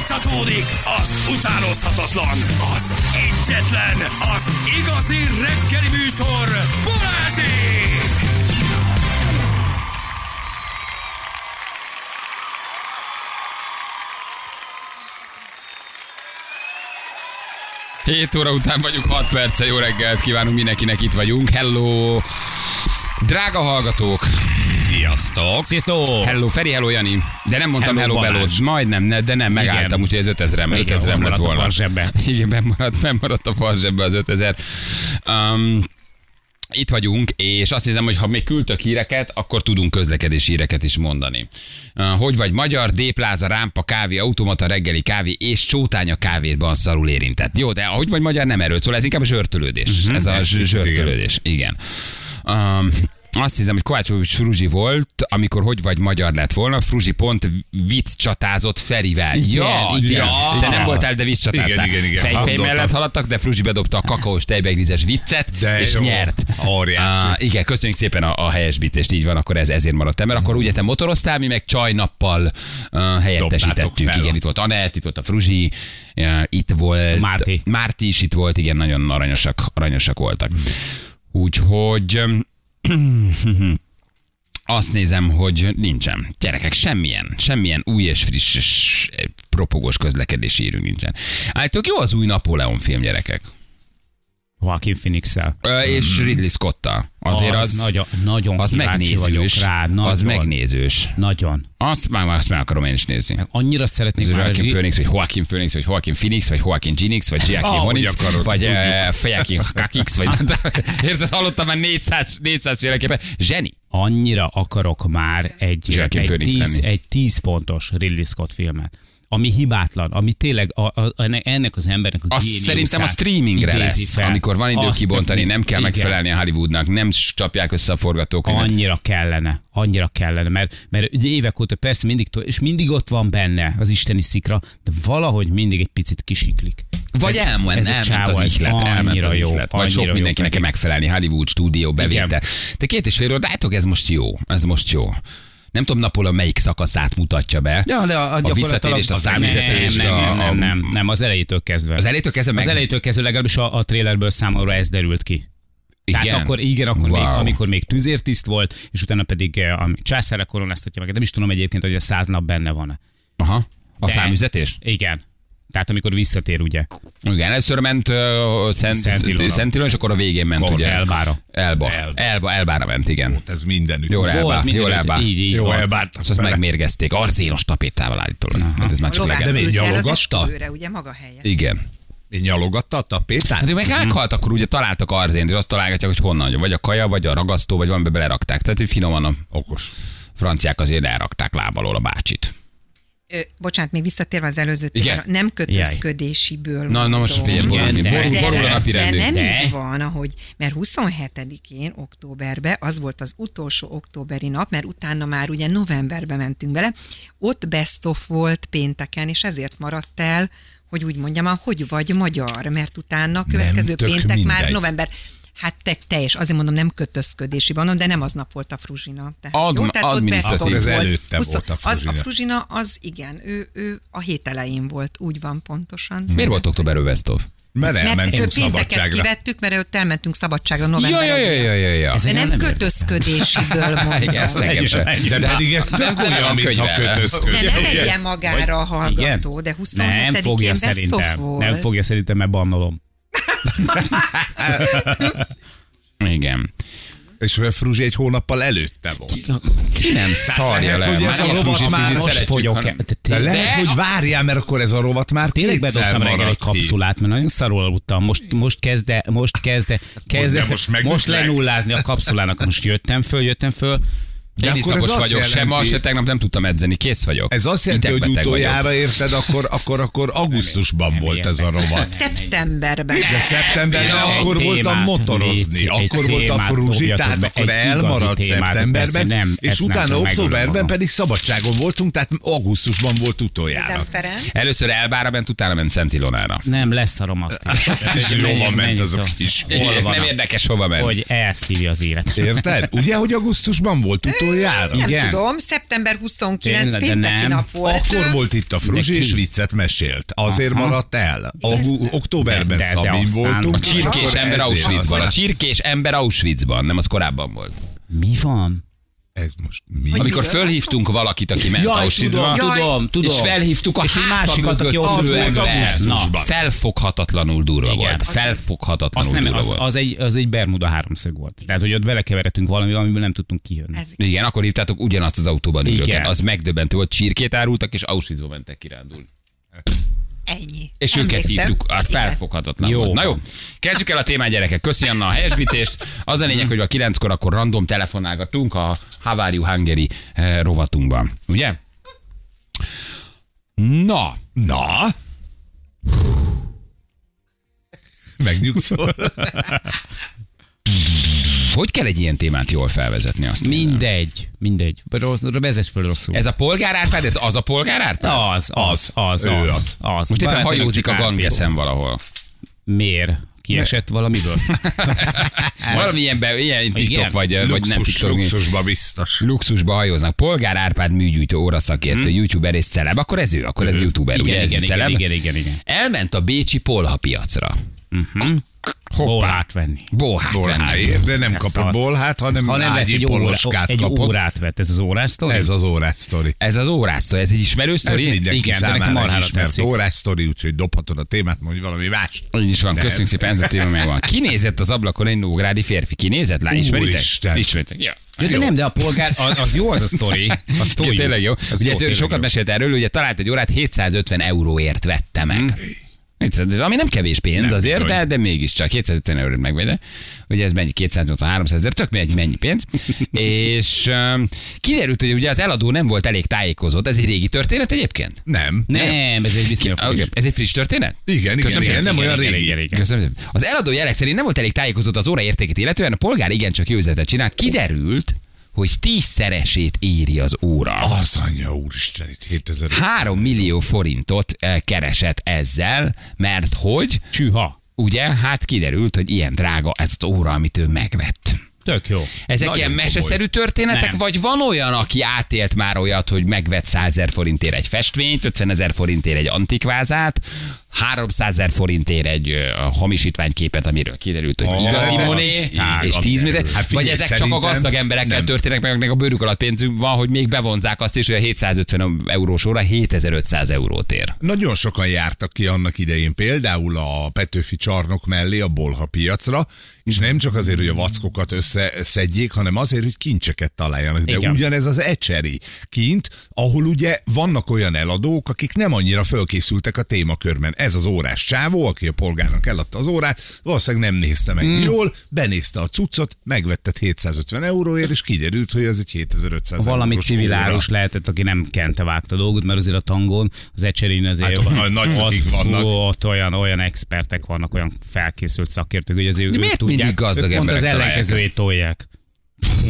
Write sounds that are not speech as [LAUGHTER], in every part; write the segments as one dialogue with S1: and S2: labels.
S1: Folytatódik az utánozhatatlan, az egyetlen, az igazi reggeli műsor, Balázsék!
S2: Hét óra után vagyunk, 6 perce, jó reggelt kívánunk mindenkinek, itt vagyunk. Hello! Drága hallgatók!
S1: Sziasztok!
S3: Sziasztok!
S2: Hello Feri, hello Jani. De nem mondtam
S3: Hello,
S2: hello, hello
S3: Balázs.
S2: Belócs. Majdnem, ne, de nem, megálltam,
S3: Igen.
S2: úgyhogy ez 5000-em,
S3: Igen,
S2: 5000
S3: ott
S2: lett
S3: maradt a
S2: volna.
S3: fal zsebbe.
S2: Igen, bemaradt, bemaradt a fal zsebbe az 5000. Um, itt vagyunk, és azt hiszem, hogy ha még küldtök híreket, akkor tudunk közlekedési híreket is mondani. Uh, Hogy vagy magyar, dépláza, rámpa, kávé, automata, reggeli kávé és csótánya kávéban szarul érintett. Jó, de ahogy vagy magyar, nem erről szól, ez inkább zsörtölődés.
S1: Mhm,
S2: Uh-huh, ez a zs- zsörtölődés, igen. Um, azt hiszem, hogy Kovácsovics Fruzsi volt, amikor hogy vagy magyar lett volna, Fruzsi pont vicc csatázott Ferivel.
S3: Igen,
S2: ja,
S3: igen.
S2: ja, te nem
S3: Igen.
S2: voltál, de vicc csatáztál.
S1: igen, igen.
S2: Fejfej
S1: Hallottam.
S2: mellett haladtak, de Fruzsi bedobta a kakaós tejbegrízes viccet,
S1: De
S2: és
S1: jó.
S2: nyert.
S1: Óriási.
S2: Ah, igen, köszönjük szépen a, a helyesbítést, így van, akkor ez ezért maradt el, mert akkor
S1: Mm-hmm.
S2: ugye te motoroztál, mi meg csajnappal uh, helyettesítettük.
S1: Dobtátok fel.
S2: Igen, itt volt Anett, itt volt a Fruzsi, uh, itt volt...
S3: Márti.
S2: Márti is itt volt, igen, nagyon aranyosak, aranyosak voltak.
S1: Mm-hmm.
S2: Úgyhogy... öm, [CLEARS THROAT] azt nézem, hogy nincsen. Gyerekek, semmilyen, semmilyen új és friss és propogós közlekedési írünk nincsen. Állítok, jó az új Napóleon film, gyerekek.
S3: Joaquin phoenix -el.
S2: Ö, és Ridley Scott-tal. Azért az,
S3: Az nagyon- nagyon
S2: az
S3: kíváncsi
S2: megnézős.
S3: vagyok rá,
S2: az
S3: nagyon.
S2: megnézős.
S3: Nagyon.
S2: Azt már, azt meg akarom én is nézni.
S3: Annyira szeretnék
S2: Ez
S3: már
S2: Joaquin
S3: ri-
S2: Phoenix, vagy Joaquin Phoenix, vagy Joaquin Phoenix, vagy Joaquin Genix, vagy Joaquin
S1: Ahogy
S2: Honix,
S1: akarod,
S2: vagy
S1: tudjuk.
S2: eh, Fejakin
S3: [LAUGHS]
S2: Kakix, vagy érted, hallottam már 400, 400 féleképpen. Zseni.
S3: annyira akarok már egy,
S2: Joaquin
S3: egy,
S2: Phoenix
S3: tíz,
S2: lenni.
S3: egy tíz pontos Ridley Scott filmet ami hibátlan, ami tényleg a, a, enne- ennek az embernek a
S2: Azt
S3: géniuszát
S2: szerintem a streamingre
S3: hát idézi
S2: lesz,
S3: fel.
S2: amikor van idő
S3: Azt-
S2: kibontani, nem kell
S3: igen.
S2: megfelelni a Hollywoodnak, nem s- csapják össze a forgatókönyvet.
S3: Annyira kellene, annyira kellene, mert, mert ugye évek óta persze mindig, to- és mindig ott van benne az isteni szikra, de valahogy mindig egy picit kisiklik.
S2: Vagy
S3: Ez-
S2: elment,
S3: ez a
S2: elment
S3: csávó,
S2: az
S3: ez
S2: ihlet, elment
S3: annyira
S2: az
S3: jó,
S2: ihlet. Vagy sok
S3: annyira jó
S2: mindenkinek kell
S3: neki.
S2: megfelelni, Hollywood stúdió bevétel. De két és fél óra, látok, ez most jó, ez most jó. Nem tudom, Napóleon melyik szakaszát mutatja be.
S3: Ja, de a,
S2: a
S3: gyakorlatilag-
S2: visszatérést, a
S3: az-
S2: számüzetést,
S3: nem,
S2: a-
S3: nem, nem,
S2: a-
S3: nem, nem, az elejétől kezdve.
S2: Az elejétől kezdve meg...
S3: Az elejétől kezdve legalábbis a, a trailerből számomra ez derült ki.
S2: Igen.
S3: Tehát akkor igen, akkor wow. még,
S2: Wow.
S3: amikor még tüzértiszt volt, és utána pedig eh, a császára koronáztatja meg. Nem is tudom egyébként, hogy a száz nap benne van.
S2: Aha. A
S3: De-
S2: számüzetés?
S3: Igen. Tehát amikor visszatér, ugye?
S2: Igen, először ment uh, Szent,
S3: Szent Ilona.
S2: Szent Ilona, és akkor a végén ment,
S3: Korrekt.
S2: ugye?
S3: Elbára.
S2: Elba.
S1: Elba.
S2: Elba. Elbára ment, igen.
S1: Ez mindenütt.
S2: Jól elbá,
S3: mindenütt,
S2: jól elbá.
S3: Így, így.
S1: Jó
S3: van.
S1: elbártak
S2: És azt
S1: vele.
S2: megmérgezték, arzénos tapétával állítólag. Hát ez már csak
S4: Lovát
S2: legend.
S1: De
S4: küldte
S1: még
S4: el az
S1: gyalogatta?
S4: esküvőre, ugye maga helye.
S2: Igen.
S1: Én nyalogatta a tapétát?
S2: Hát ők meg meghalt, akkor ugye találtak arzént, és azt találgatják, hogy honnan, vagy a kaja, vagy a ragasztó, vagy valamibe belerakták. Tehát így finoman a
S1: Okos.
S2: franciák azért elrakták lábalól a bácsit.
S4: Ö, bocsánat, még visszatérve az előző
S2: Igen.
S4: témára, nem kötözködésiből
S2: Na, na most
S4: mondom.
S2: fél borul,
S3: Igen, de-
S2: borul,
S4: de,
S2: borul a
S4: ez-
S2: napi
S4: de nem
S2: rendünk.
S3: De.
S4: így van, ahogy, mert 27-én, októberben, az volt az utolsó októberi nap, mert utána már ugye novemberbe mentünk bele, ott best of volt pénteken, és ezért maradt el, hogy úgy mondjam, a hogy vagy magyar, mert utána következő
S1: tök
S4: péntek már
S1: mindegy.
S4: november. Hát te, teljes, azért mondom, nem kötözködési van, de nem aznap volt a fruzsina. Tehát,
S2: Ad-
S4: ott
S2: adminisztratív.
S4: best of
S2: Akkor
S1: ez
S4: volt.
S1: előtte volt a
S4: Az a
S1: fruzsina.
S4: Fruzsina, az igen, ő, ő a hét elején volt, úgy van pontosan.
S2: Miért volt október Vesztov?
S1: Mert
S4: Mert
S1: elmentünk
S4: őt pénteket
S1: szabadságra.
S4: kivettük, mert őt elmentünk szabadságra
S2: Ja,
S4: novemberben.
S2: ja, ja, ja, ja, ja.
S4: De nem,
S3: nem
S4: kötözködésiből mondom.
S2: Igen, ezt nekem sem.
S1: De
S2: De-
S1: pedig ez
S2: de-
S1: tök
S2: de- de-
S1: olyan, mintha
S2: könyvelem.
S4: De ne
S1: kötözködés.
S4: vegye magára a hallgató, de 27-én
S3: nem fogja
S4: Best of
S3: szerintem.
S4: volt.
S3: Nem fogja szerintem, mert bannolom.
S2: Igen.
S1: És a Fruzsi egy hónappal előtte volt.
S2: Ki
S3: Hát
S2: nem szarja
S1: lehet,
S2: le?
S1: hogy ez
S2: Már
S1: a
S2: nem
S1: rovat
S2: fruzsit,
S1: már
S2: fruzsit
S1: most
S2: szeretjük,
S3: fogyok
S2: hanem-
S1: De lehet, hogy várjál, mert akkor ez a rovat már
S3: Tényleg
S1: kétszer
S3: bedobtam reggel egy
S1: maradt ki.
S3: kapszulát, mert nagyon szarul aludtam. Most, most kezde, most kezde, kezde,
S1: de most
S3: most,
S1: megütlek.
S3: most lenullázni a kapszulának. Most jöttem föl, jöttem föl.
S1: De
S2: Én
S1: akkor ez
S2: iszakos
S1: azt
S2: vagyok, se ma,
S1: jelenti-
S2: se tegnap nem tudtam edzeni, kész vagyok.
S1: Ez azt jelenti, hogy
S2: Idegbeteg vagyok.
S1: utoljára érted, akkor, akkor, akkor augusztusban volt ez a rovat.
S4: Szeptemberben.
S1: De szeptemberben
S3: Egy
S1: akkor
S3: témát,
S1: voltam motorozni,
S3: Léci, egy
S1: akkor volt a
S3: témát
S1: fruzsi,
S3: dobjatok
S1: tehát
S3: be,
S1: akkor
S3: egy igazi
S1: elmaradt
S3: témát,
S1: szeptemberben,
S3: persze nem,
S1: és
S3: ezt nem
S1: utána
S3: tudom
S1: októberben
S3: megoldani.
S1: pedig szabadságon voltunk, tehát augusztusban volt utoljára.
S4: Ezen Ferenc.
S2: Először Elbára ment, utána ment Szent Ilonára.
S3: Nem, leszarom azt is.
S1: Azt is
S3: Menjünk,
S1: jól ment
S3: menjünk
S1: az a
S3: szó.
S1: kis-
S3: Hol van
S2: Nem
S3: a-
S2: érdekes, hova ment.
S3: Hogy elszívja az élet.
S1: Érted? Ugye, hogy augusztusban volt utoljára?
S4: Nem
S3: Igen.
S4: tudom, szeptember 29
S3: Tényleg, de
S4: pénteki
S3: nem.
S4: nap volt.
S1: Akkor volt itt a Fruzsi,
S3: De ki?
S1: és viccet mesélt. Azért Aha. maradt el. Agu- októberben
S3: De- de- de
S1: Szabin
S3: aztán-
S1: voltunk.
S3: A
S1: és
S2: Csirkés
S1: akkor
S2: ember
S1: ezért
S2: Auschwitzban. A
S1: az-
S2: csirkés ember Auschwitzban, nem az korábban volt.
S3: Mi van?
S1: Ez most mi?
S4: Hogy-
S2: Amikor
S4: miről
S2: fölhívtunk valakit, aki ment
S3: Jaj, tudom,
S2: Auschwitzba,
S4: Jaj.
S3: tudom, tudom.
S2: és felhívtuk a
S3: És egy másikat, aki ott
S1: ült
S2: ült
S1: augusztusban.
S2: Na, felfoghatatlanul durva
S3: Igen.
S2: volt. Felfoghatatlanul
S3: Azt nem,
S2: durva
S3: az,
S2: volt.
S3: az, egy, az egy Bermuda háromszög volt. Tehát, hogy ott belekeveredtünk valami, amiből nem tudtunk kijönni.
S4: Ez
S2: Igen, akkor hívtátok ugyanazt az autóban ülőket.
S3: Igen.
S2: Az megdöbbentő volt, csirkét árultak, és Auschwitzba mentek kirándulni.
S4: ennyi.
S2: És őket
S4: Emlékszem.
S2: hívtuk, hát
S4: Igen.
S2: felfoghatatlan
S3: Jó
S2: volt. Na jó,
S3: van.
S2: kezdjük el a témát, gyerekek. Köszi Anna a helyesbítést. Az a lényeg, hogy a kilenckor akkor random telefonálgatunk a How Are You Hungary eh, rovatunkban. Ugye? Na,
S1: Na? Megnyugszol?
S2: hogy kell egy ilyen témát jól felvezetni azt? mondom?
S3: Mindegy, mindegy. Rossz- Vezess föl rosszul.
S2: Ez a polgár Árpád, ez az a polgár Árpád?
S3: az, az, az,
S1: Ő
S3: az,
S1: az.
S3: az. az.
S2: Most éppen
S3: Barátnak
S2: hajózik a
S3: csak árpél.
S2: gangeszem valahol.
S3: Miért? Kiesett
S2: [LAUGHS]
S3: valamiből?
S2: Valami ilyen, be, ilyen TikTok
S3: Igen.
S2: vagy, vagy nem
S1: Luxus,
S2: TikTok.
S1: luxusba biztos.
S2: luxusba hajóznak. Polgár Árpád műgyűjtő óraszakértő, hmm. youtuber és celeb. Akkor ez ő, akkor ez youtuber,
S3: igen,
S2: ugye? ez
S3: igen,
S2: a
S3: igen,
S2: celeb.
S3: igen, igen, igen.
S2: Elment a bécsi polha piacra.
S3: Hol átvenni?
S2: Bohát venni.
S1: Bolháért, de nem kapott
S3: szar.
S1: bolhát, hanem
S3: Ha nem vett
S1: ágyi
S3: egy, óra,
S1: poloskát
S3: egy
S1: kapott.
S3: órát vett ez az órás sztori?
S1: Ez az órás sztori.
S2: Ez az órásztó, ez egy ismerő
S1: Ez
S2: sztori?
S1: mindenki
S3: Igen, de nekem
S1: számára egy
S3: marhára
S1: ismert
S3: tetszik.
S1: órás sztori, úgyhogy dobhatod a témát, mondj valami más.
S2: Így is van,
S1: Nem.
S2: köszönjük szépen, ez a téma megvan. Kinézett az ablakon egy nógrádi férfi. Kinézett, lány, ismeritek?
S1: Úristen.
S2: Ismeritek, ja.
S3: Ja, de
S1: Jó.
S3: nem, de a polgár, az, az jó az a
S2: [LAUGHS]
S3: sztori. Az
S2: Jó,
S3: jó.
S2: tényleg jó.
S3: Az
S2: ugye ez ő
S3: tényleg
S2: sokat
S3: jó.
S2: mesélt erről, ugye talált egy órát 750 euróért vette meg.
S3: Hm.
S2: Hmm. Ami nem kevés pénz nem azért,
S1: bizony.
S2: de, de mégiscsak 750 euróért megvegye. Ugye ez mennyi? 280-300 ezer, tök mindegy mennyi
S3: [LAUGHS]
S2: pénz. és um, kiderült, hogy ugye az eladó nem volt elég tájékozott. Ez egy régi történet egyébként?
S1: Nem.
S3: Nem, ez egy viszonylag
S2: Okay.
S3: friss.
S2: Ez egy friss történet?
S1: Igen, igen,
S2: Köszönöm
S1: igen,
S2: szépen.
S1: nem
S2: Igen,
S1: olyan
S3: igen,
S1: régi.
S3: igen, igen.
S2: Köszönöm. szépen. Az eladó jelek szerint nem volt elég tájékozott az óra értékét illetően, a polgár igencsak jó üzletet csinált, kiderült, hogy tízszeresét éri az óra.
S1: Az anyja úristen, itt 7000
S2: 3 millió forintot eh, keresett ezzel, mert hogy,
S3: Csüha.
S2: ugye, hát kiderült, hogy ilyen drága ez az óra, amit ő megvett.
S3: Tök jó.
S2: Ezek
S1: Nagyon
S2: ilyen
S1: komoly.
S2: meseszerű történetek,
S3: Nem.
S2: vagy van olyan, aki átélt már olyat, hogy megvett 100 ezer forintért egy festményt, 50 ezer forintért egy antikvázát, 300 ezer forintért egy ö, hamisítványképet, amiről kiderült, hogy
S1: Ó,
S2: igazi
S1: az
S2: moné,
S1: tágabb
S2: és 10 millió.
S1: kerül. Hát
S2: Vagy
S1: figyelj,
S2: ezek csak a gazdag
S1: szerintem
S2: emberekkel
S1: nem.
S2: történnek, meg akiknek a bőrük alatt pénzünk van, hogy még bevonzák azt is, hogy a 750 eurós óra 7500 eurót ér.
S1: Nagyon sokan jártak ki annak idején, például a Petőfi csarnok mellé a Bolha piacra, és nem csak azért, hogy a vackokat összeszedjék, hanem azért, hogy kincseket találjanak. De Igen.
S3: Igen.
S1: ugyanez az ecseri kint, ahol ugye vannak olyan eladók, akik nem annyira fölkészültek a témakörben. Ez az órás csávó, aki a polgárnak eladta az órát, valószínűleg nem nézte meg mm. jól, benézte a cuccot, megvettet 750 euróért, és kiderült, hogy ez egy 7500
S3: Valami
S1: eurós
S3: civil
S1: óra.
S3: árus lehetett, aki nem kente vágta dolgot, mert azért a tangon, az ecserén azért
S1: Hát, nagy- nagy szakik vannak.
S3: Ott olyan, olyan expertek vannak, olyan felkészült szakértők, hogy azért
S2: De
S3: ők
S2: miért
S3: tudják.
S2: mindig gazdag
S3: ők pont az
S2: emberek találják
S3: ellenkezőjét tolják.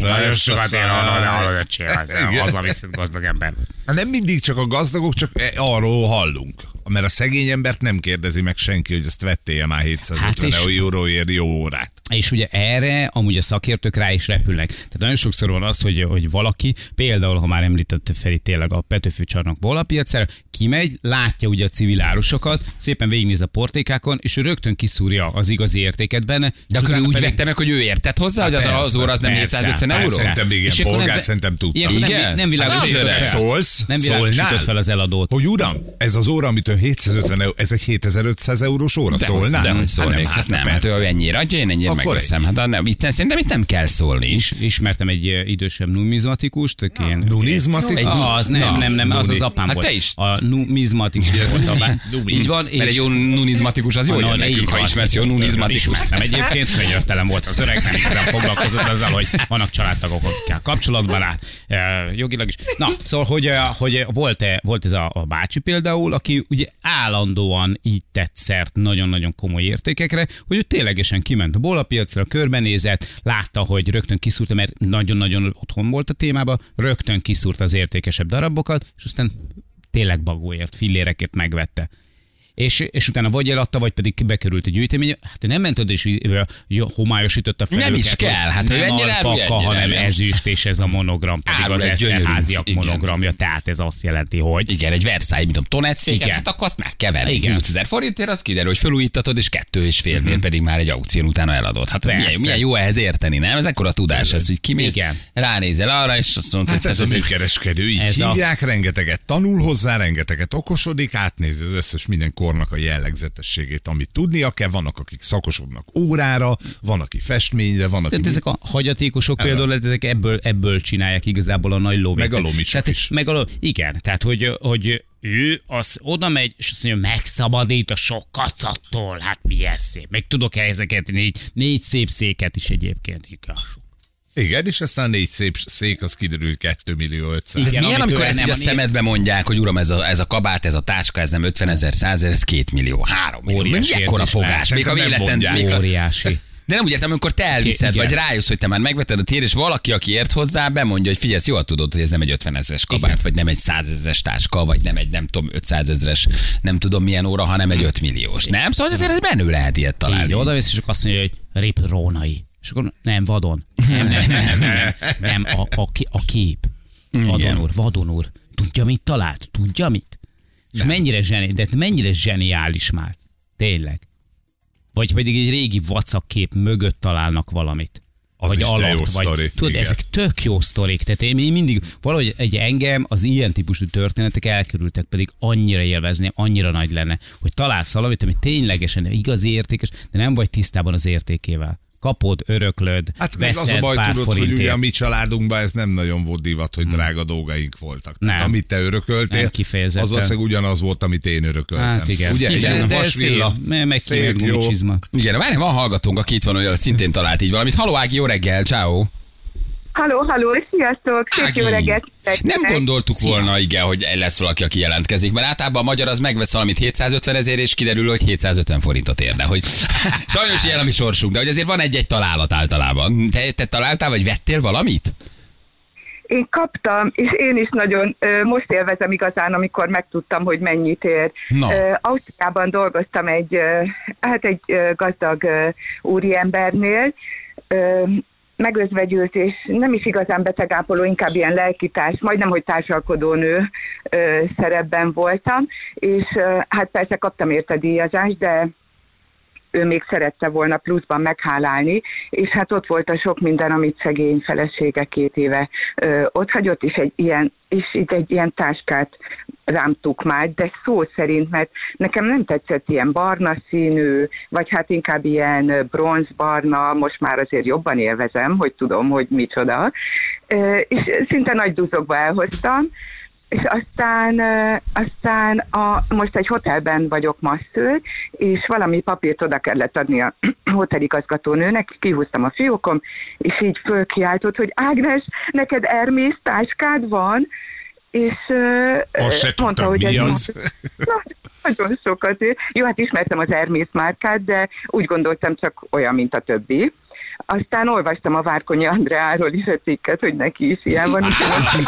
S1: Nagyon
S3: Sokat ér arra, hogy
S1: Igen.
S3: az a viszont gazdag ember.
S1: Hát nem mindig csak a gazdagok, csak e- arról hallunk. Mert a szegény embert nem kérdezi meg senki, hogy ezt vettél már 750
S3: Hát
S1: hát
S3: és-
S1: euróért jó órát.
S3: És ugye erre amúgy a szakértők rá is repülnek. Tehát nagyon sokszor van az, hogy, hogy valaki, például, ha már említette Feri tényleg a Petőfi csarnokból a piacára, kimegy, látja ugye a civil árusokat, szépen végignéz a portékákon, és ő rögtön kiszúrja az igazi értéket benne.
S2: De
S3: és
S2: akkor ő
S3: utána
S2: úgy
S3: pedig-
S2: vette meg, hogy ő értett hozzá, hogy az,
S1: Hát persze,
S2: az óra az nem
S3: persze,
S2: 750 euró?
S1: persze. Szerintem igen,
S3: És akkor
S1: polgár
S3: nem-
S1: szerintem tudta.
S3: ilyenkor
S2: Igen?
S3: Nem, nem
S2: Hát
S3: világosított
S2: azért
S3: fel.
S1: Szólsz,
S3: Nem világosított
S1: szólnál?
S3: fel az eladót.
S1: Hogy uram, ez az óra, amit ön 750 euró, e- ez egy 7500 eurós óra,
S2: De hogy-
S1: szólnál?
S2: De hogy szólnék,
S1: Hát
S2: hát nem, hát
S1: persze.
S2: ő ennyire adja, én ennyire
S1: Akkor
S2: megveszem. Hát nem, itt, nem- szerintem itt nem kell szólni.
S3: Is, ismertem egy eh, idősebb numizmatikust, aki ilyen...
S1: Nunizmatik?
S3: Egy, az nem, nem, nem, az az apám
S2: Hát
S3: volt.
S2: te is.
S3: A
S2: [LAUGHS]
S3: numizmatikus volt a bá.
S1: Numi.
S3: Így van,
S2: Mert egy jó numizmatikus az jó,
S3: Na,
S2: jön
S3: de így
S2: nekünk, ha
S3: van.
S2: ismersz jó numizmatikus.
S3: Ismertem egyébként, könyörtelen volt az öreg, nem igazán foglalkozott azzal, hogy vannak családtagok, akikkel kapcsolatban áll, eh, jogilag is. Na, szóval, hogy, eh, hogy volt, -e, volt ez a, a bácsi például, aki ugye állandóan így tett szert nagyon-nagyon komoly értékekre, hogy ő ténylegesen kiment a bólapiacra, körbenézett, látta, hogy rögtön kiszúrta, mert nagyon-nagyon otthon volt a témába, rögtön kiszúrta az értékesebb darabokat, és aztán tényleg bagóért, fillérekért megvette. és, és utána vagy eladta, vagy pedig bekerült a gyűjtemény. Hát ő nem ment oda, és ö, jó, homályosította fel
S2: Nem
S3: őket,
S2: is kell,
S3: hogy
S2: hát ő
S3: nem
S2: ennyire árulja,
S3: alpaka,
S2: ennyire
S3: hanem
S2: árulja.
S3: ezüst, és ez a monogram pedig
S2: Árul
S3: az
S2: egy gyönyörű-
S3: Eszterháziak
S2: igen.
S3: monogramja, tehát ez azt jelenti, hogy
S2: Igen, egy Versailles, mint tudom, Tonet széket,
S3: Igen.
S2: hát akkor azt megkeverni.
S3: Igen. Mhm.
S2: Igen. 20 ezer forintért, az kiderül, hogy felújítatod, és kettő és fél, mm-hmm. pedig már egy aukción utána eladod. Hát
S3: Persze.
S2: milyen, milyen, jó ehhez érteni, nem? Ez ekkora tudás, ez, hogy kimész,
S3: Igen.
S2: Igen. ránézel arra, és azt mondod,
S1: Hát ez a
S2: egy-
S1: műkereskedő, így
S3: ez
S1: ez
S3: a-
S1: hívják, a... rengeteget tanul hozzá, rengeteget okosodik, átnézi az összes minden kornak a jellegzetességét, amit tudnia kell, vannak, akik szakosodnak órára, van, aki festményre, van, aki...
S2: Tehát hát ezek a
S3: hagyatékosok például ezek ebből, ebből csinálják igazából a nagy lóvét.
S1: Meg a lomicsok
S3: tehát,
S1: is.
S3: Meg a lo... Igen, tehát hogy, hogy ő az oda megy, és azt mondja, megszabadít a sok kacattól, hát milyen szép. Meg tudok ezeket négy, négy szép széket is egyébként. igaz.
S1: Igen, és aztán négy szép szék, az kiderül 2 millió 500.
S2: Ez
S3: Igen,
S2: igen, milyen,
S3: amitől
S2: amikor
S3: nem
S2: ezt így a
S3: van
S2: szemedbe mondják, hogy uram, ez a, ez a kabát, ez a táska, ez nem 50 ezer, 100 ezer, ez 2 millió, 3 millió.
S3: Óriási
S2: Óriási Ekkora
S3: érzés lehet.
S2: fogás, még a
S1: Nem
S2: véletlen,
S1: mondják.
S2: még a,
S3: Óriási.
S2: de nem úgy értem, amikor te elviszed,
S3: Igen.
S2: vagy rájössz, hogy te már megveted a tiéd, és valaki, aki ért hozzá, bemondja, hogy figyelj, ezt jól tudod, hogy ez nem egy 50 ezeres kabát, vagy nem egy 100 ezeres táska, vagy nem egy nem tudom 500 ezeres, nem tudom milyen óra, hanem egy 5 milliós. Nem? Szóval azért ez menő lehet ilyet
S3: Hm. Így
S2: találni.
S3: oda és akkor azt mondja, hogy rip rónai. És akkor nem, vadon. Nem, nem, nem, nem, nem, nem a, a, ki- a kép. Vadon
S2: Igen.
S3: úr, vadon úr. Tudja, mit talált? Tudja, mit? És mennyire, zseni, de mennyire zseniális már. Tényleg. Vagy pedig egy régi vacak kép mögött találnak valamit.
S1: Az
S3: vagy
S1: is de jó
S3: vagy,
S1: sztori.
S3: Tudod,
S1: Igen.
S3: ezek tök jó sztorik. Tehát én én mindig, valahogy egy engem az ilyen típusú történetek elkerültek, pedig annyira élvezném, annyira nagy lenne, hogy találsz valamit, ami ténylegesen igazi értékes, de nem vagy tisztában az értékével. Kapod, öröklöd,
S1: Hát meg
S3: veszed
S1: az a baj,
S3: pár
S1: tudod,
S3: forintért. Hmm.
S1: hogy ugye a mi családunkban ez nem nagyon volt divat, hogy drága dolgaink voltak. Tehát
S3: Nem.
S1: amit te örököltél,
S3: Nem kifejezetten.
S1: az valószínűleg ugyanaz volt, amit én örököltem.
S3: Hát igen.
S1: Ugye?
S3: igen,
S1: Igen, de ez
S3: szép,
S1: villa.
S3: meg, meg,
S1: Szép,
S3: szép,
S1: jó.
S3: meg
S2: Igen, várj, van hallgatónk, aki itt van, hogy szintén talált így valamit. Halló Ági, jó reggel, ciao.
S5: Halló, halló, sziasztok! Szép jó reggelt!
S2: Nem gondoltuk Szia. volna, igen, hogy lesz valaki, aki jelentkezik, mert általában a magyar az megvesz valamit 750 ezért, és kiderül, hogy 750 forintot érne. Hogy [LAUGHS] sajnos ilyen a mi sorsunk, de hogy azért van egy-egy találat általában. Te, te találtál, vagy vettél valamit?
S5: Én kaptam, és én is nagyon ö, most élvezem igazán, amikor megtudtam, hogy mennyit ér.
S2: Na.
S5: Ö, Ausztriában dolgoztam egy, ö, hát egy ö, gazdag ö, úriembernél, ö, megözvegyült, és nem is igazán betegápoló, inkább ilyen lelkitárs, majdnem, hogy társalkodónő ö, szerepben voltam, és ö, hát persze kaptam érte díjazást, de ő még szerette volna pluszban meghálálni, és hát ott volt a sok minden, amit szegény felesége két éve ö, ott hagyott, és egy ilyen, és itt egy ilyen táskát rám tukmált, de szó szerint, mert nekem nem tetszett ilyen barna színű, vagy hát inkább ilyen ö, bronzbarna, most már azért jobban élvezem, hogy tudom, hogy micsoda, ö, és szinte nagy duzogba elhoztam, és aztán, ö, aztán a, most egy hotelben vagyok masször, és valami papírt oda kellett adni a [CLEARS THROAT] hoteligazgatónőnek, kihúztam a fiókom, és így fölkiáltott, hogy Ágnes, neked Hermész táskád van, és ö,
S1: Azt
S5: ö,
S1: se tudtam, mi
S5: egy
S1: az.
S5: [LAUGHS] Na, nagyon sokat ér. Jó, hát ismertem az Hermész márkát, de úgy gondoltam csak olyan, mint a többi. Aztán olvastam a Várkonyi Andreáról is a cikket, hogy neki is ilyen van.
S1: [LAUGHS]
S5: és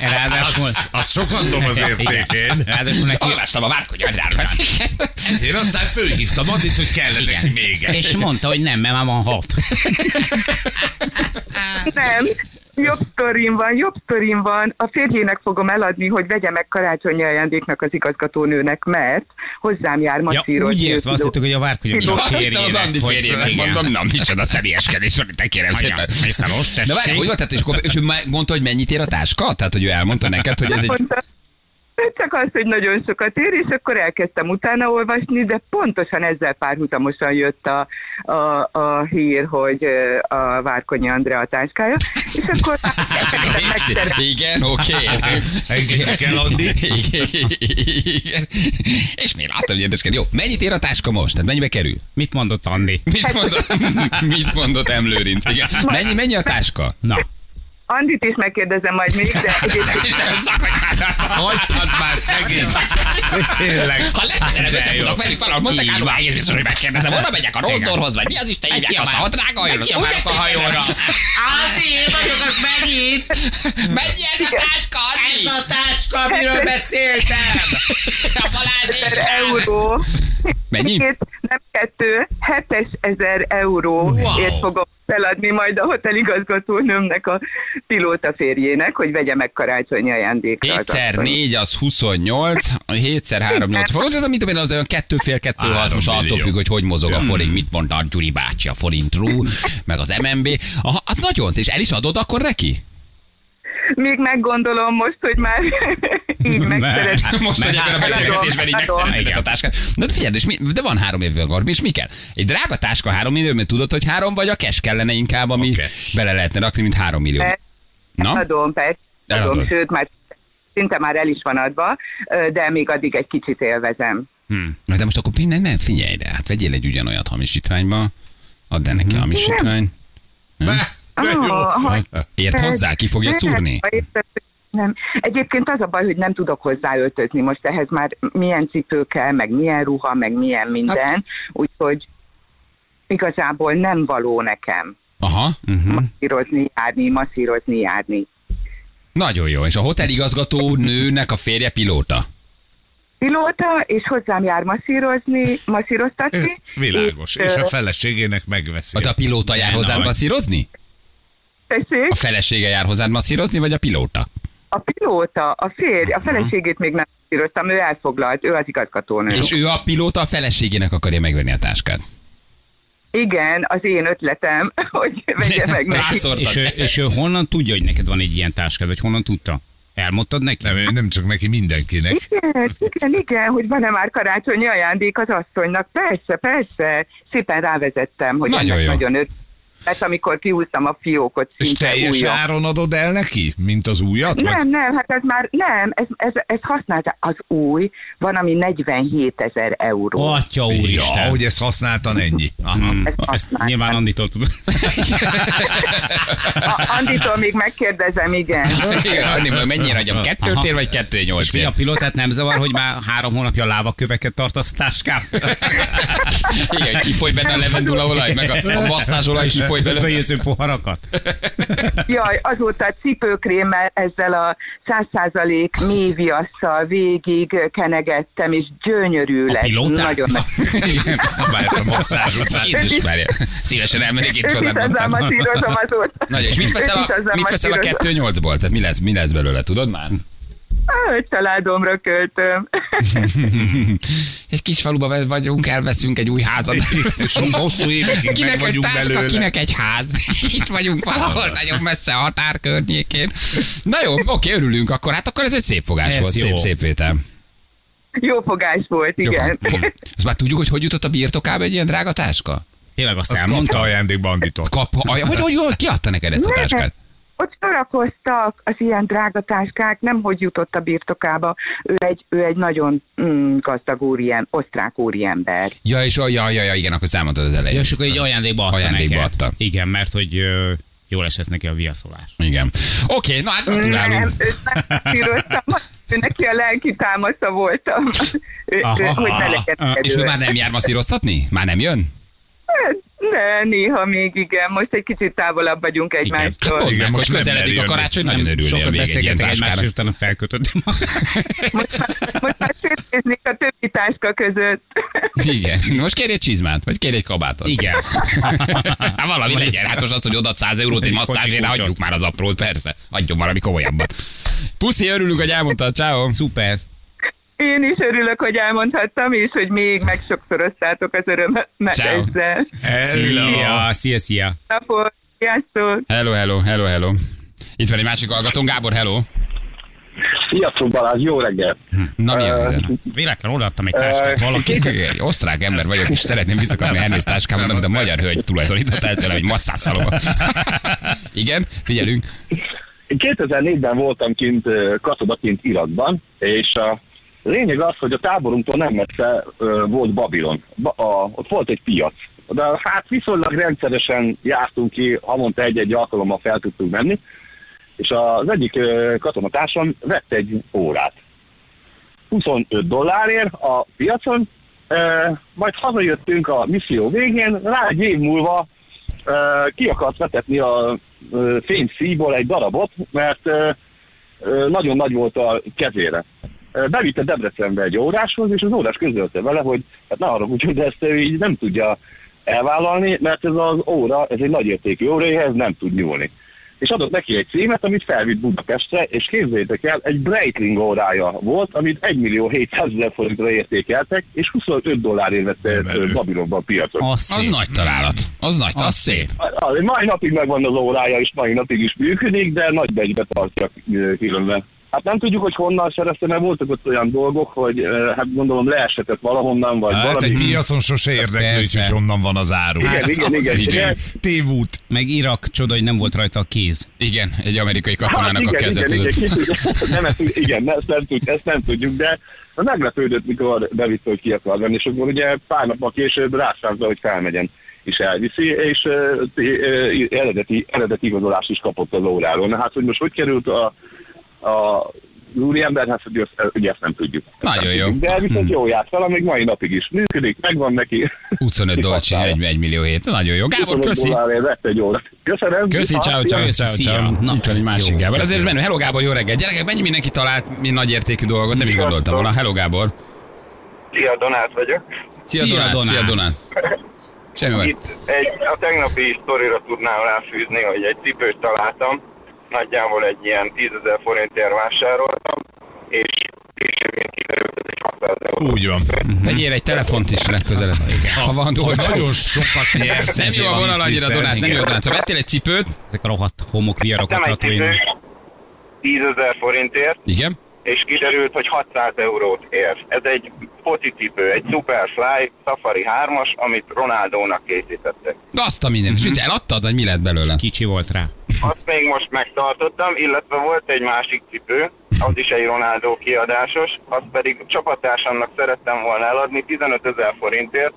S3: E, Ráadásul,
S1: Azt, azt sokat dom az értékén. Hát
S3: ráadásul neki
S2: Olvastam a Várkonyi Andráról.
S1: Ezért aztán fölhívtam Addit, hogy kellene neki még egy.
S3: és mondta, hogy nem, mert már van hat.
S5: Nem, jobb sztorim van, jobb sztorim van. A férjének fogom eladni, hogy vegye meg karácsonyi ajándéknak az igazgatónőnek, mert hozzám jár
S3: Ja,
S5: masszíros.
S3: úgy értve azt hittük, hogy a várkonyok is a
S2: Azt hittem az
S3: férjének,
S2: Andi
S3: hogy-
S2: férjének,
S3: Igen.
S2: mondom, na, micsoda személyeskedés van, te kérem
S3: Anya,
S2: szépen.
S3: Mészáros,
S2: De várj,
S3: tessék.
S2: hogy volt, tehát, és, akkor, és ő már mondta, hogy mennyit ér a táska? Tehát, hogy ő elmondta neked, hogy ez egy...
S5: Mondta, csak az, hogy nagyon sokat ér, és akkor elkezdtem utána olvasni, de pontosan ezzel párhuzamosan jött a, a, a hír, hogy ö, a Várkonyi Andrea a táskája, és
S3: [LAUGHS]
S5: akkor megszerettem.
S2: [LAUGHS] Igen, oké.
S1: Engedjük el, Andi.
S2: Igen. És miért láttam, hogy érdeskedni. Jó, mennyit ér a táska most? Tehát mennyibe kerül?
S3: Mit mondott Andi?
S2: Mit mondott, mit mondott M. Lőrinc? Igen. Mennyi, mennyi a táska?
S3: Na, [LAUGHS]
S5: Andit is megkérdezem majd még, de egyébként
S2: Hiszem, szakadj már!
S1: Hagyhat már szegény. Tényleg.
S2: Ha legközelebb
S3: De
S2: összefutok
S3: jó.
S2: velük valahol Monte Carlo,
S3: Így van.
S2: egész biztos, hogy megkérdezem, oda megyek a rozdorhoz, vagy mi az Isten hívják azt, ahol drága jön.
S3: Kiabálok a hajóra.
S2: Azért vagyok, az megint. Menj ez a táska, Ez a táska, amiről beszéltem. A Balázs
S5: 7000 euró.
S2: Mennyi?
S5: Két, nem kettő, 7000 euróért
S1: Wow.
S5: fogom feladni majd a hoteligazgatónőmnek a pilóta férjének, hogy vegye meg karácsonyi ajándékra. az
S2: 7
S5: asszony.
S2: 4 az 28, 7 3 8. Fontos, az, mint olyan 2 fél 2
S1: Három
S2: 6, most attól
S1: millió.
S2: függ, hogy hogy mozog a forint, mit mond a Gyuri bácsi, a forint rú, meg az MNB. Aha, az nagyon szép, és el is adod akkor neki?
S5: Még meggondolom most, hogy már [LAUGHS] így megszeretném.
S2: Most, hogy ebben a
S5: hát,
S2: beszélgetésben így
S5: adom, adom.
S2: megszereted ezt a
S3: Igen.
S2: táskát. Na figyeld, és mi, de van három évvel, Garbi, és mi kell? Egy drága táska három millió, mert tudod, hogy három vagy a cash kellene inkább, ami
S1: A cash.
S2: bele lehetne rakni, mint három millió.
S5: Persze.
S2: Na?
S5: Adom, persze. Adom,
S2: Eladod.
S5: sőt, már szinte már el is van adva, ö, de még addig egy kicsit élvezem.
S2: Hmm. Na, De most akkor minden, nem, figyelj ide, hát vegyél egy ugyanolyat hamisítványba, add el neki a hamisítványt.
S1: Be, de
S5: Ah,
S1: jó.
S5: ha-
S2: Ért hozzá, ki fogja
S5: Nem, hát,
S2: szúrni?
S5: ha éppen- Nem. Egyébként az a baj, hogy nem tudok hozzáöltözni most ehhez már milyen cipő kell, meg milyen ruha, meg milyen minden, hát. úgyhogy igazából nem való nekem
S2: Aha. Uh-huh.
S5: masszírozni, járni, masszírozni, járni.
S2: Nagyon jó. És a hoteligazgató nőnek a férje pilóta.
S5: Pilóta, és hozzám jár masszírozni, masszíroztatni.
S1: Világos. És a feleségének megveszi.
S2: Vagy te a pilóta jár
S3: Igen,
S2: hozzád
S3: ahogy.
S2: masszírozni?
S5: tessék,
S2: A felesége jár hozzád masszírozni, vagy a pilóta?
S5: a pilóta, a férj, a feleségét még nem masszíroztam, ő elfoglalt, ő az igazgatónő.
S2: És ő a pilóta a feleségének akarja megvenni a táskát.
S5: Igen, az én ötletem, [LAUGHS] hogy vegye meg neki.
S2: Rászortad.
S3: És ő, és ő honnan tudja, hogy neked van egy ilyen táskád, vagy honnan tudta? Elmondtad neki?
S1: Nem, nem csak neki, mindenkinek.
S5: Igen, igen, igen, hogy van-e már karácsonyi ajándék az asszonynak. Persze, persze. Szépen rávezettem, hogy
S2: Nagyon
S5: nagyon,
S2: jó.
S5: nagyon öt. Mert amikor kiúztam a fiókot,
S1: És
S5: szinte
S1: teljes
S5: újra.
S1: áron adod el neki, mint az újat?
S5: Nem,
S1: Vagy?
S5: nem, hát ez már nem, ez, ez, ez használta az új, van, ami 47 ezer euró.
S3: Atya
S1: Ja,
S3: úristen.
S1: hogy ezt használtan ennyi. Aha.
S5: Ezt
S3: Ezt
S5: használtam.
S3: nyilván Anditól
S2: [LAUGHS]
S3: tudod.
S5: A, Anditól még megkérdezem, igen.
S2: [LAUGHS] Igen, Anni, majd mennyire adjam? Kettő
S3: Aha.
S2: tér, vagy kettő
S3: És
S2: nyolc
S3: mi a
S2: tér?
S3: pilótát nem zavar, hogy már három hónapja lávaköveket tartasz a táskában?
S2: Igen, kifoly benne a levendulaolaj, meg a,
S3: [LAUGHS]
S2: a masszázsolaj kifoly belőle.
S3: Följegyző poharakat?
S5: Jaj, azóta cipőkrémmel, ezzel a 100% méviasszal végig kenegettem, és gyönyörű lett.
S3: pilótát?
S5: Nagyon nagy.
S2: Igen.
S1: Már a masszázs után.
S2: Jézus Mária. Szívesen elmennék én
S5: Őt is
S2: hozzá
S5: ezzel
S2: masszázsolni.
S5: masszírozom azóta.
S2: Nagyon, és mit veszel
S5: Őt
S2: a,
S5: is ezzel
S2: mit veszel a
S5: masszírozom.
S2: 2 8 ból Tehát mi lesz, mi lesz belőle, tudod már?
S5: Á, Családomra költöm. [LAUGHS]
S2: Egy kis faluba ve- vagyunk, elveszünk egy új házat.
S1: És hosszú évekig meg
S2: Kinek egy
S1: vagyunk
S2: táska,
S1: belőle.
S2: kinek egy ház. [LAUGHS] Itt vagyunk valahol nagyon messze a határ környékén. Na jó, oké, örülünk akkor. Hát akkor ez egy szép fogás
S3: Ez
S2: volt,
S3: jó.
S2: szép, szép vétel.
S5: Jó fogás volt,
S2: Jó,
S5: igen.
S2: hm. Azt már tudjuk, hogy hogy jutott a birtokába egy ilyen drága táska?
S3: Tényleg azt
S1: Kapta
S3: elmondta?
S1: ajándékba Anditot.
S2: Kap, aj, hogy, hogy, hogy kiadta neked ezt a
S5: Nem.
S2: táskát?
S5: Ott sorakoztak az ilyen drága táskák, nem hogy jutott a birtokába. Ő egy, ő egy nagyon mm, gazdag úriem, osztrák úriember.
S2: Ja, és a, ja, ja, ja, igen, akkor számoltad az elején.
S3: Ja, és akkor így ajándékba adta
S2: Ajándékba
S3: neked.
S2: adta.
S3: Igen, mert hogy ö, jól esett neki a viaszolás.
S2: Igen. Oké, na hát
S5: Nem,
S2: gratulálunk.
S5: őt nem
S2: [LAUGHS]
S5: szíroztam, ő neki a lelki támasza voltam. Ő, ő,
S3: Aha.
S5: hogy ne
S3: Ah,
S5: legyen
S2: És ő már nem jár masszíroztatni? Már nem jön?
S5: De néha még igen, most egy kicsit távolabb vagyunk egymástól.
S2: Hát Mondd meg,
S1: most
S2: hogy
S1: nem
S2: közeledik a
S1: mer jönni.
S2: karácsony, nagyon örülnél
S3: Sokat
S2: még egy ilyen
S3: beszélgetek egymásra,
S2: táskára.
S3: és utána felkötöttem.
S5: Most már, most már szétnéznék a többi táska között.
S2: Igen. Most kérj egy csizmát, vagy kérj egy kabátot.
S3: Igen.
S2: [LAUGHS] Hát valami legyen. Hát most az, hogy oda 100 eurót egy
S3: Egy kocsi
S2: masszázsért,
S3: kulcsot.
S2: hagyjuk már az aprót, persze. Adjon valami komolyabbat. Puszi, örülünk, hogy elmondtad. Ciao.
S3: Szuper.
S5: Én is örülök, hogy elmondhattam, és hogy még megsokszoroztátok az örömet
S2: Ciao.
S5: ezzel.
S1: Hello.
S3: Szia, szia, szia.
S5: Napot, sziasztok!
S2: Hello, hello, hello, hello. Itt van egy másik hallgatón, Gábor, hello.
S6: Sziasztok Balázs, jó reggel!
S2: Na mi a
S6: Ö,
S2: minden?
S3: Véletlen odaadtam egy táskát valaki.
S2: Egy osztrák ember vagyok, és szeretném visszakapni Ernős táskámat, amit a magyar hölgy tulajdonított el tőlem egy masszászalomba. [LAUGHS] Igen, figyelünk.
S6: 2004-ben voltam kint ö, katonaként Irakban, és a lényeg az, hogy a táborunktól nem messze ö, volt Babilon. Ba- a, ott volt egy piac. De hát viszonylag rendszeresen jártunk ki, havonta egy-egy alkalommal fel tudtunk menni, és az egyik ö, katonatársam vett egy órát. 25 dollárért a piacon, ö, majd hazajöttünk a misszió végén, rá egy év múlva ö, ki akart vetetni a ö, fényszíból egy darabot, mert ö, ö, nagyon nagy volt a kezére. Ö, Bevitte Debrecenbe egy óráshoz, és az órás közölte vele, hogy hát ne arra, hogy ezt ő így nem tudja elvállalni, mert ez az óra, ez egy nagy értékű óra, ehhez nem tud nyúlni. És adott neki egy címet, amit felvitt Budapestre, és képzeljétek el, egy Breitling órája volt, amit 1 millió 700 ezer forintra értékeltek, és 25 dollárért
S1: Nem
S6: vette
S1: elő.
S6: Babilonban a piacon.
S3: Az,
S2: Az
S3: szép.
S2: nagy találat. Az nagy, az, az szép.
S6: A- a- Mai napig megvan az órája, és mai napig is működik, de nagy becsbe tartja ö, különben. Hát nem tudjuk, hogy honnan szerezte, mert voltak ott olyan dolgok, hogy ö, hát gondolom leesetett valahonnan, vagy
S1: Hát
S6: valami.
S1: egy piacon sose érdekli,
S3: Persze.
S1: hogy honnan van az áru.
S6: Igen, igen, igen,
S1: Az egy
S6: igen.
S1: Tévút.
S3: Meg Irak csoda, hogy nem volt rajta a kéz.
S2: Igen, egy amerikai katonának a
S6: Hát igen,
S2: keze
S6: igen, igen,
S2: tudod.
S6: ki tudja. nem, ezt, igen, ezt nem, tudjuk, ezt nem tudjuk, de meglepődött, mikor bevitte, hogy ki akar venni, és akkor ugye pár nappal később rászázza, hogy felmegyen és elviszi, és ö, t- ö, eredeti, eredeti igazolást is kapott az óráról. Na hát, hogy most hogy került a, a az úriemberhez, hogy ezt, ugye ezt nem tudjuk. Ezt
S2: Nagyon
S6: nem
S2: jó. Hm.
S6: Tudjuk. De viszont jó járt fel, még mai napig is működik, megvan neki.
S2: 25 dolcsi,
S6: Kihasználja.
S2: 1, 1 millió hét. Nagyon jó.
S6: [LAUGHS]
S2: Gábor,
S6: 25
S2: köszi.
S6: dollárért vett egy órát. Köszönöm.
S2: Köszi,
S6: Ha,
S2: ciao,
S6: szia.
S2: ciao,
S3: Köszi,
S2: ciao,
S3: szia.
S2: ciao.
S3: Na,
S2: Itt van egy
S3: ez
S2: másik
S3: jó.
S2: Gábor.
S3: Köszi.
S2: Azért menő. Hello Gábor, jó reggel. Gyerekek, mennyi mindenki talált mi nagy értékű dolgot, nem is gondoltam volna. Hello Gábor.
S7: Szia, Donát vagyok.
S2: Szia,
S3: Szia,
S2: Donát,
S3: Donát.
S2: szia Donát. Semmi baj.
S7: Itt egy, a tegnapi sztorira tudnám ráfűzni, hogy egy cipőt találtam, nagyjából egy ilyen 10 ezer forintért vásároltam, és később én kiderült, hogy 600 euró.
S1: Úgy van.
S2: Vegyél egy telefont is legközelebb. Ha van dolcsó.
S1: Nagyon sokat nyersz.
S2: Nem jó
S1: ezért
S2: a
S1: van
S2: vonal annyira,
S1: hiszed.
S2: Donát, nem
S1: Igen.
S2: jó Donát. Szóval vettél egy cipőt?
S3: Ezek a rohadt homok,
S7: Nem
S3: viharok,
S7: egy cipő, 10 ezer forintért,
S2: Igen.
S7: és kiderült, hogy 600 eurót ér. Ez egy focicipő, egy Superfly Safari 3-as, amit Ronaldónak készítettek.
S2: De azt a minden. És mit eladtad, vagy mi lett belőle?
S3: Kicsi volt rá.
S7: Azt még most megtartottam, illetve volt egy másik cipő, az is egy Ronaldo kiadásos, azt pedig csapattársamnak szerettem volna eladni 15 ezer forintért,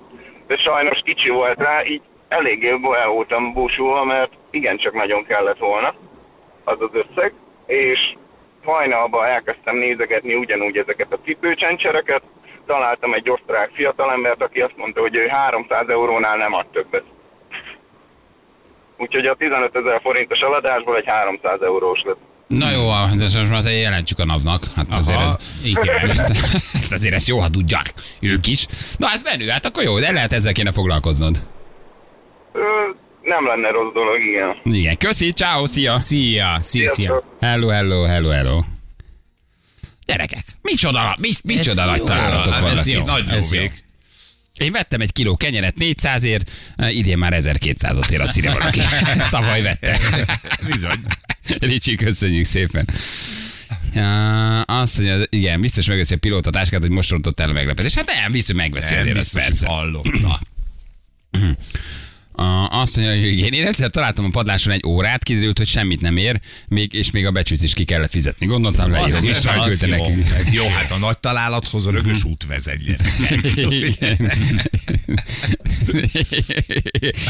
S7: de sajnos kicsi volt rá, így eléggé el voltam búsulva, mert igencsak nagyon kellett volna az az összeg, és hajnalban elkezdtem nézegetni ugyanúgy ezeket a cipőcsencsereket, találtam egy osztrák fiatalembert, aki azt mondta, hogy ő 300 eurónál nem ad többet. Úgyhogy a 15 ezer forintos eladásból egy 300 eurós lett.
S2: Na jó, de most már azért jelentsük a napnak. Hát azért ez...
S3: Igen.
S2: [LAUGHS] Hát azért ezt jó, ha tudják ők is. Na, ez menő, hát akkor jó, de lehet ezzel kéne foglalkoznod.
S7: Ö, nem lenne rossz dolog, igen.
S2: Igen, köszi, ciao, szia.
S3: Szia, szia, szia.
S7: Sziasztok.
S2: Hello, hello, hello, hello. Gyerekek, micsoda, mi, micsoda nagy találatok
S3: ez
S2: vannak
S3: jó.
S2: itt.
S1: Hát Nagy
S3: Ez jó.
S1: lóvék.
S2: Én vettem egy kiló kenyeret 400-ért, eh, idén már 1200-ot ér, azt írja
S3: [LAUGHS]
S2: valaki. Tavaly vettem. Bizony. Ricsi, köszönjük szépen. Ja, azt mondja, igen, biztos megveszi a pilóta táskát, hogy most rontott el a meglepetés. Hát nem, biztos megveszi
S1: Nem
S2: azért, az
S1: biztos, hogy
S2: persze.
S1: hallotta.
S2: A- Azt mondja, hogy igen, én egyszer találtam a padláson egy órát, kiderült, hogy semmit nem ér, még, és még a becsüt is ki kellett fizetni. Gondoltam, leírom, és
S3: jó,
S2: elküldte
S3: az jó.
S2: nekünk.
S1: Ez jó, hát a nagy találathoz a rögös út vezet, gyerekek.
S2: Igen.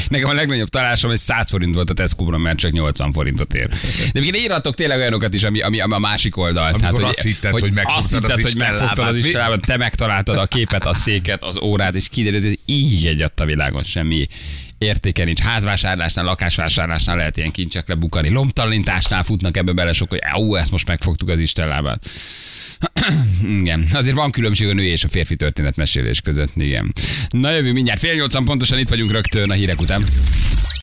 S2: Nekem a legnagyobb találásom, hogy 100 forint volt a tesco mert csak 80 forintot ér. De még írhatok tényleg olyanokat is, ami, ami, ami a másik oldalt.
S1: Amikor azt hitted, hogy megfogtad
S2: azt hitted,
S1: az
S2: hogy
S1: Isten
S2: megfogtad az
S1: lábát.
S2: Isten lábát, te megtaláltad a képet, a széket, az órát, és kiderült, hogy így egy adta világon semmi értéke nincs. Házvásárlásnál, lakásvásárlásnál lehet ilyen kincsekre bukani. Lomtalanításnál futnak ebbe bele sok, hogy ó, ezt most megfogtuk az Isten lábát. [CLEARS THROAT] Igen, azért van különbség a női és a férfi történetmesélés között, igen. Na jövő mindjárt fél nyolcan pontosan, itt vagyunk rögtön a hírek után.